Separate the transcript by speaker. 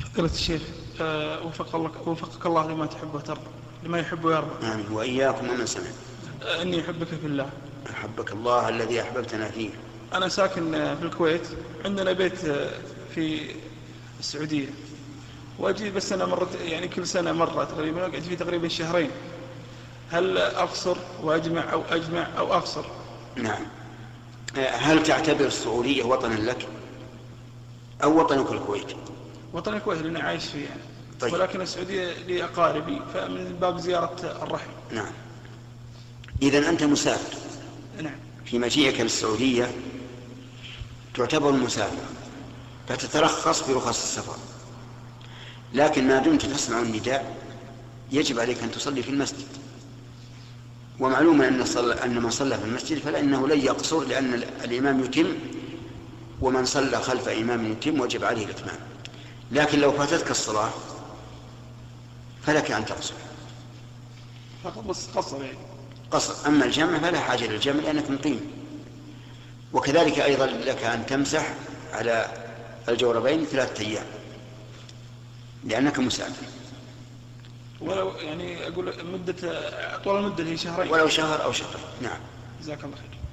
Speaker 1: فضيلة الشيخ آه، وفق الله وفقك الله لما تحب وترضى لما يحب ويرضى
Speaker 2: آمين وإياكم ومن سمع
Speaker 1: آه، إني أحبك في الله
Speaker 2: أحبك الله الذي أحببتنا فيه
Speaker 1: أنا ساكن آه، في الكويت عندنا بيت آه، في السعودية وأجي بس أنا مرت يعني كل سنة مرة تقريبا أقعد فيه تقريبا شهرين هل أقصر وأجمع أو أجمع أو أقصر
Speaker 2: نعم آه، هل تعتبر السعودية وطنا لك أو وطنك الكويت
Speaker 1: وطن الكويت اللي أنا عايش فيه يعني
Speaker 2: طيب.
Speaker 1: ولكن السعودية لي أقاربي فمن باب زيارة الرحم
Speaker 2: نعم إذا أنت مسافر
Speaker 1: نعم
Speaker 2: في مجيئك للسعودية تعتبر مسافر فتترخص برخص السفر لكن ما دمت تسمع النداء يجب عليك أن تصلي في المسجد ومعلوم أن, صلى أن من صلى في المسجد فلأنه لن يقصر لأن ال- الإمام يتم ومن صلى خلف إمام يتم وجب عليه الإتمام لكن لو فاتتك الصلاة فلك أن تقصر
Speaker 1: فقط بس قصر يعني
Speaker 2: قصر أما الجمع فلا حاجة للجمع لأنك مقيم وكذلك أيضا لك أن تمسح على الجوربين ثلاثة أيام لأنك مسافر
Speaker 1: ولو يعني أقول مدة طول المدة اللي هي شهرين
Speaker 2: ولو شهر أو شهرين نعم
Speaker 1: جزاك الله خير